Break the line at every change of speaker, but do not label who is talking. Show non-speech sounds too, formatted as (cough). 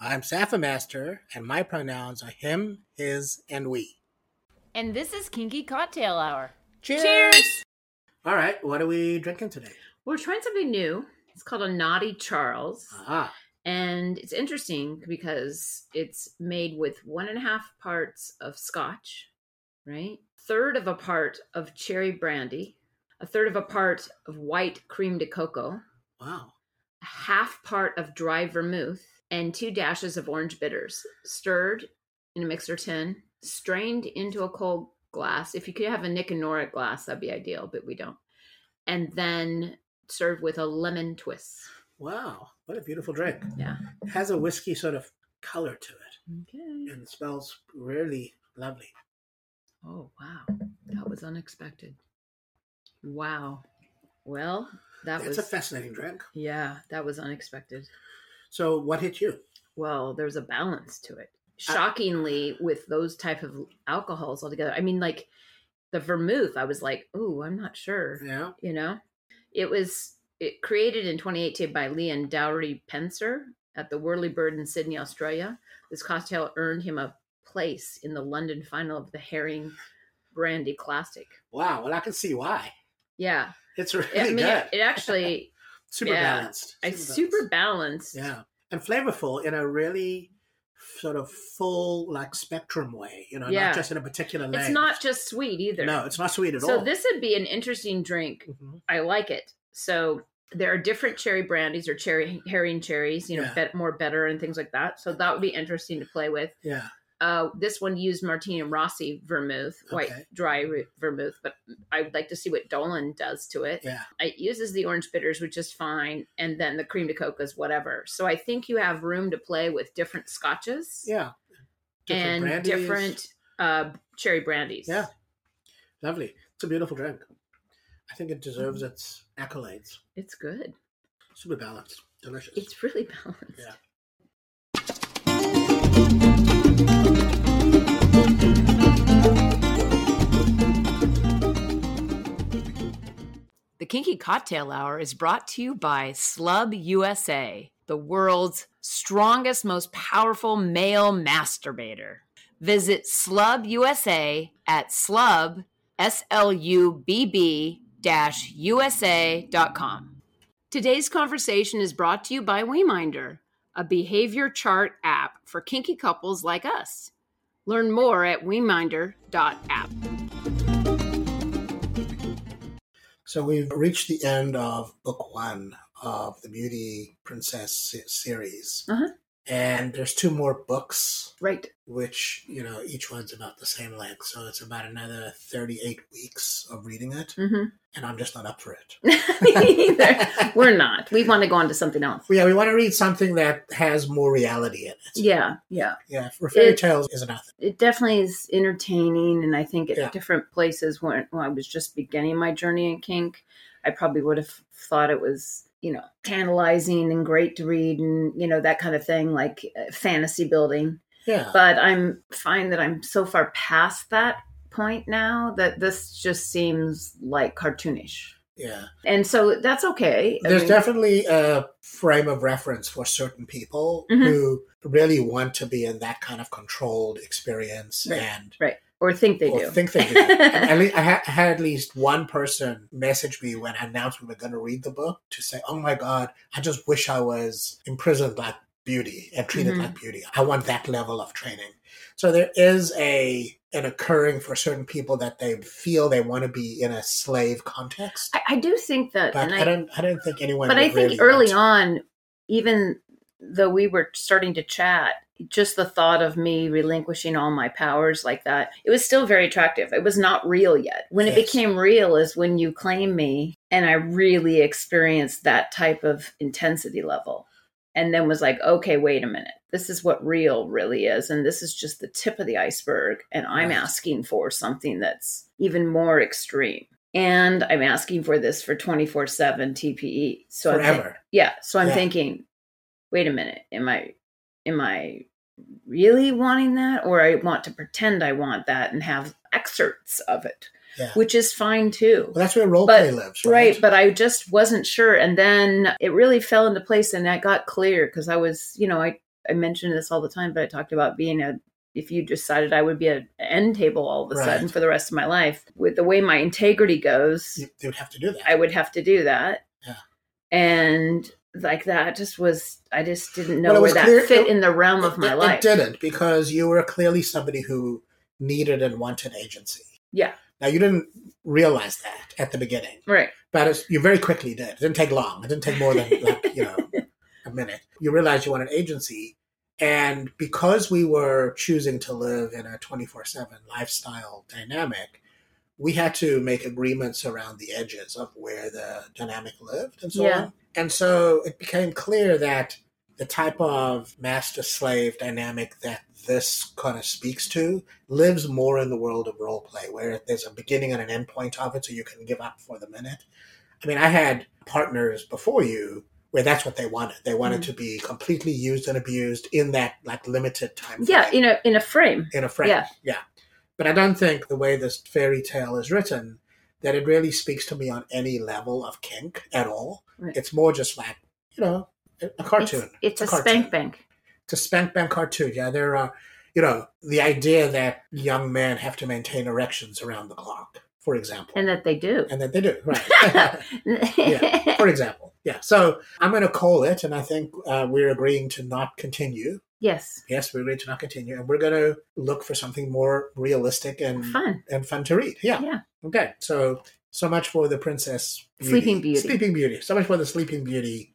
I'm Safa Master, and my pronouns are him, his, and we.
And this is Kinky Cocktail Hour.
Cheers!
Cheers!
All right, what are we drinking today?
We're trying something new. It's called a Naughty Charles.
Ah,
And it's interesting because it's made with one and a half parts of scotch, right? Third of a part of cherry brandy, a third of a part of white cream de cocoa,
wow.
a half part of dry vermouth, and two dashes of orange bitters, stirred in a mixer tin, strained into a cold glass. If you could have a Nicanora glass, that'd be ideal, but we don't. And then served with a lemon twist.
Wow, what a beautiful drink.
Yeah.
It has a whiskey sort of color to it,
Okay.
and it smells really lovely.
Oh, wow. That was unexpected. Wow. Well, that
it's
was,
a fascinating drink.
yeah, that was unexpected.
So, what hit you?
Well, there's a balance to it. Shockingly, with those type of alcohols altogether, I mean, like the vermouth, I was like, oh, I'm not sure.
Yeah,
You know, it was it created in 2018 by Lee and Dowry Penser at the Whirly Bird in Sydney, Australia. This cocktail earned him a place in the London final of the Herring Brandy Classic.
wow. Well, I can see why.
Yeah.
It's
I
really
mean,
good.
it, it
(laughs)
actually
super
yeah,
balanced.
I super balanced.
Yeah, and flavorful in a really sort of full, like spectrum way. You know,
Yeah.
not just in a particular lane.
It's not just sweet either.
No, it's not sweet at
so
all.
this would be an interesting drink.
Mhm.
I like it. So there are different cherry brandies or cherry herring cherries, you know,
Yeah.
bet, more better and things like that. So that would be interesting to play with.
Yeah,
Uh, this one used Martini Rossi vermouth, white
Okay.
dry re- vermouth, but I would like to see what Dolan does to it.
yeah,
It uses the orange bitters, which is fine, and then the cream de coke is whatever. So I think you have room to play with different scotches.
yeah.
and
brandies.
different uh, cherry brandies.
Yeah. Lovely. It's a beautiful drink. I think it deserves
Mm-hmm.
its accolades.
It's good.
Super balanced, delicious.
It's really (laughs) balanced.
Yeah.
The Kinky Cocktail Hour is brought to you by Slub USA, the world's strongest, most powerful male masturbator. Visit Slub USA at slub, S L U B B dash USA.com. Today's conversation is brought to you by WeMinder, a behavior chart app for kinky couples like us. Learn more at WeMinder.app.
So we've reached the end of book one of the Beauty Princess se- series,
Uh-huh.
and there's two more books,
Right.
which you know each one's about the same length, so it's about another 38 weeks of reading it,
Mm-hmm. (laughs)
and I'm just not up for it. (laughs)
We're not. We want to go on to something else.
Yeah, we want to read something that has more reality in it.
Yeah, yeah.
Yeah, for fairy
It's-
tales isn't nothing.
It definitely is entertaining, and I think at
Yeah.
different places when, when I was just beginning my journey in kink, I probably would have thought it was you know tantalizing and great to read and you know that kind of thing like uh, fantasy building.
Yeah,
But I'm find that I'm so far past that point now that this just seems like cartoonish.
Yeah.
And so that's okay. I
There's
mean,
definitely a frame of reference for certain people
Mhm.
who really want to be in that kind of controlled experience
Right.
and
or think they
or
do. (laughs)
think they do. And at least, I, ha- I had at least one person message me when I announced we were going to read the book to say, "Oh my god, I just wish I was imprisoned like Beauty and treated
Mhm.
like Beauty. I want that level of training." So there is a an occurring for certain people that they feel they want to be in a slave context.
I, I do think that,
But
and
I, don't. I don't think anyone.
but
would
I think
really
early
want to-
on, even though we were starting to chat, just the thought of me relinquishing all my powers like that, it was still very attractive. It was not real yet. When it
Yes.
became real is when you claim me and I really experienced that type of intensity level. And then was like, okay, wait a minute. This is what real really is. And this is just the tip of the iceberg. And I'm
Right.
asking for something that's even more extreme. And I'm asking for this for 24 7 TPE. E. So I'm think-
forever.
yeah. So I'm
Yeah.
thinking, wait a minute, am I am I really wanting that? Or I want to pretend I want that and have excerpts of it.
Yeah.
Which is fine too.
well, that's where role
But-
play lives,
Right.
right?
but I just wasn't sure. And then it really fell into place and that got clear because I was, you know, I, I mentioned this all the time, but I talked about being a if you decided I would be an end table all of a
Right.
sudden for the rest of my life, with the way my integrity goes,
You- they would have to do that.
I would have to do that.
Yeah.
And like that just was I just didn't know
Well, it
where
was
that
clear-
fit
it-
in the realm of my
it,
life.
It didn't because you were clearly somebody who needed and wanted agency.
Yeah.
Now you didn't realize that at the beginning,
Right.
but it's, you very quickly did. It didn't take long. It didn't take more than like you know a minute. You realized you wanted agency, and because we were choosing to live in a twenty four seven lifestyle dynamic. We had to make agreements around the edges of where the dynamic lived and so
Yeah.
on. And so it became clear that the type of master slave dynamic that this kind of speaks to lives more in the world of role play, where there's a beginning and an end point of it, so you can give up for the minute. I mean, I had partners before you where that's what they wanted. They wanted
Mhm.
to be completely used and abused in that like limited time.
Yeah,
frame,
in a in a frame.
in a frame.
yeah.
yeah. But I don't think the way this fairy tale is written that it really speaks to me on any level of kink at all.
Right.
It's more just like you know a- a
It's,
cartoon
it's a,
cartoon.
spank bank.
to Spank Bank cartoon. Yeah, there are, you know, the idea that young men have to maintain erections around the clock, for example.
And that they do.
and that they do,
(laughs)
right. (laughs) Yeah. for example. Yeah. So I'm going to call it, and I think uh, we're agreeing to not continue.
yes.
Yes, we agreed to not continue, and we're going to look for something more realistic and
Fun.
and fun to read. Yeah.
Yeah.
Okay. So so much for the Princess
Sleeping Beauty.
Sleeping Beauty. So much for the Sleeping Beauty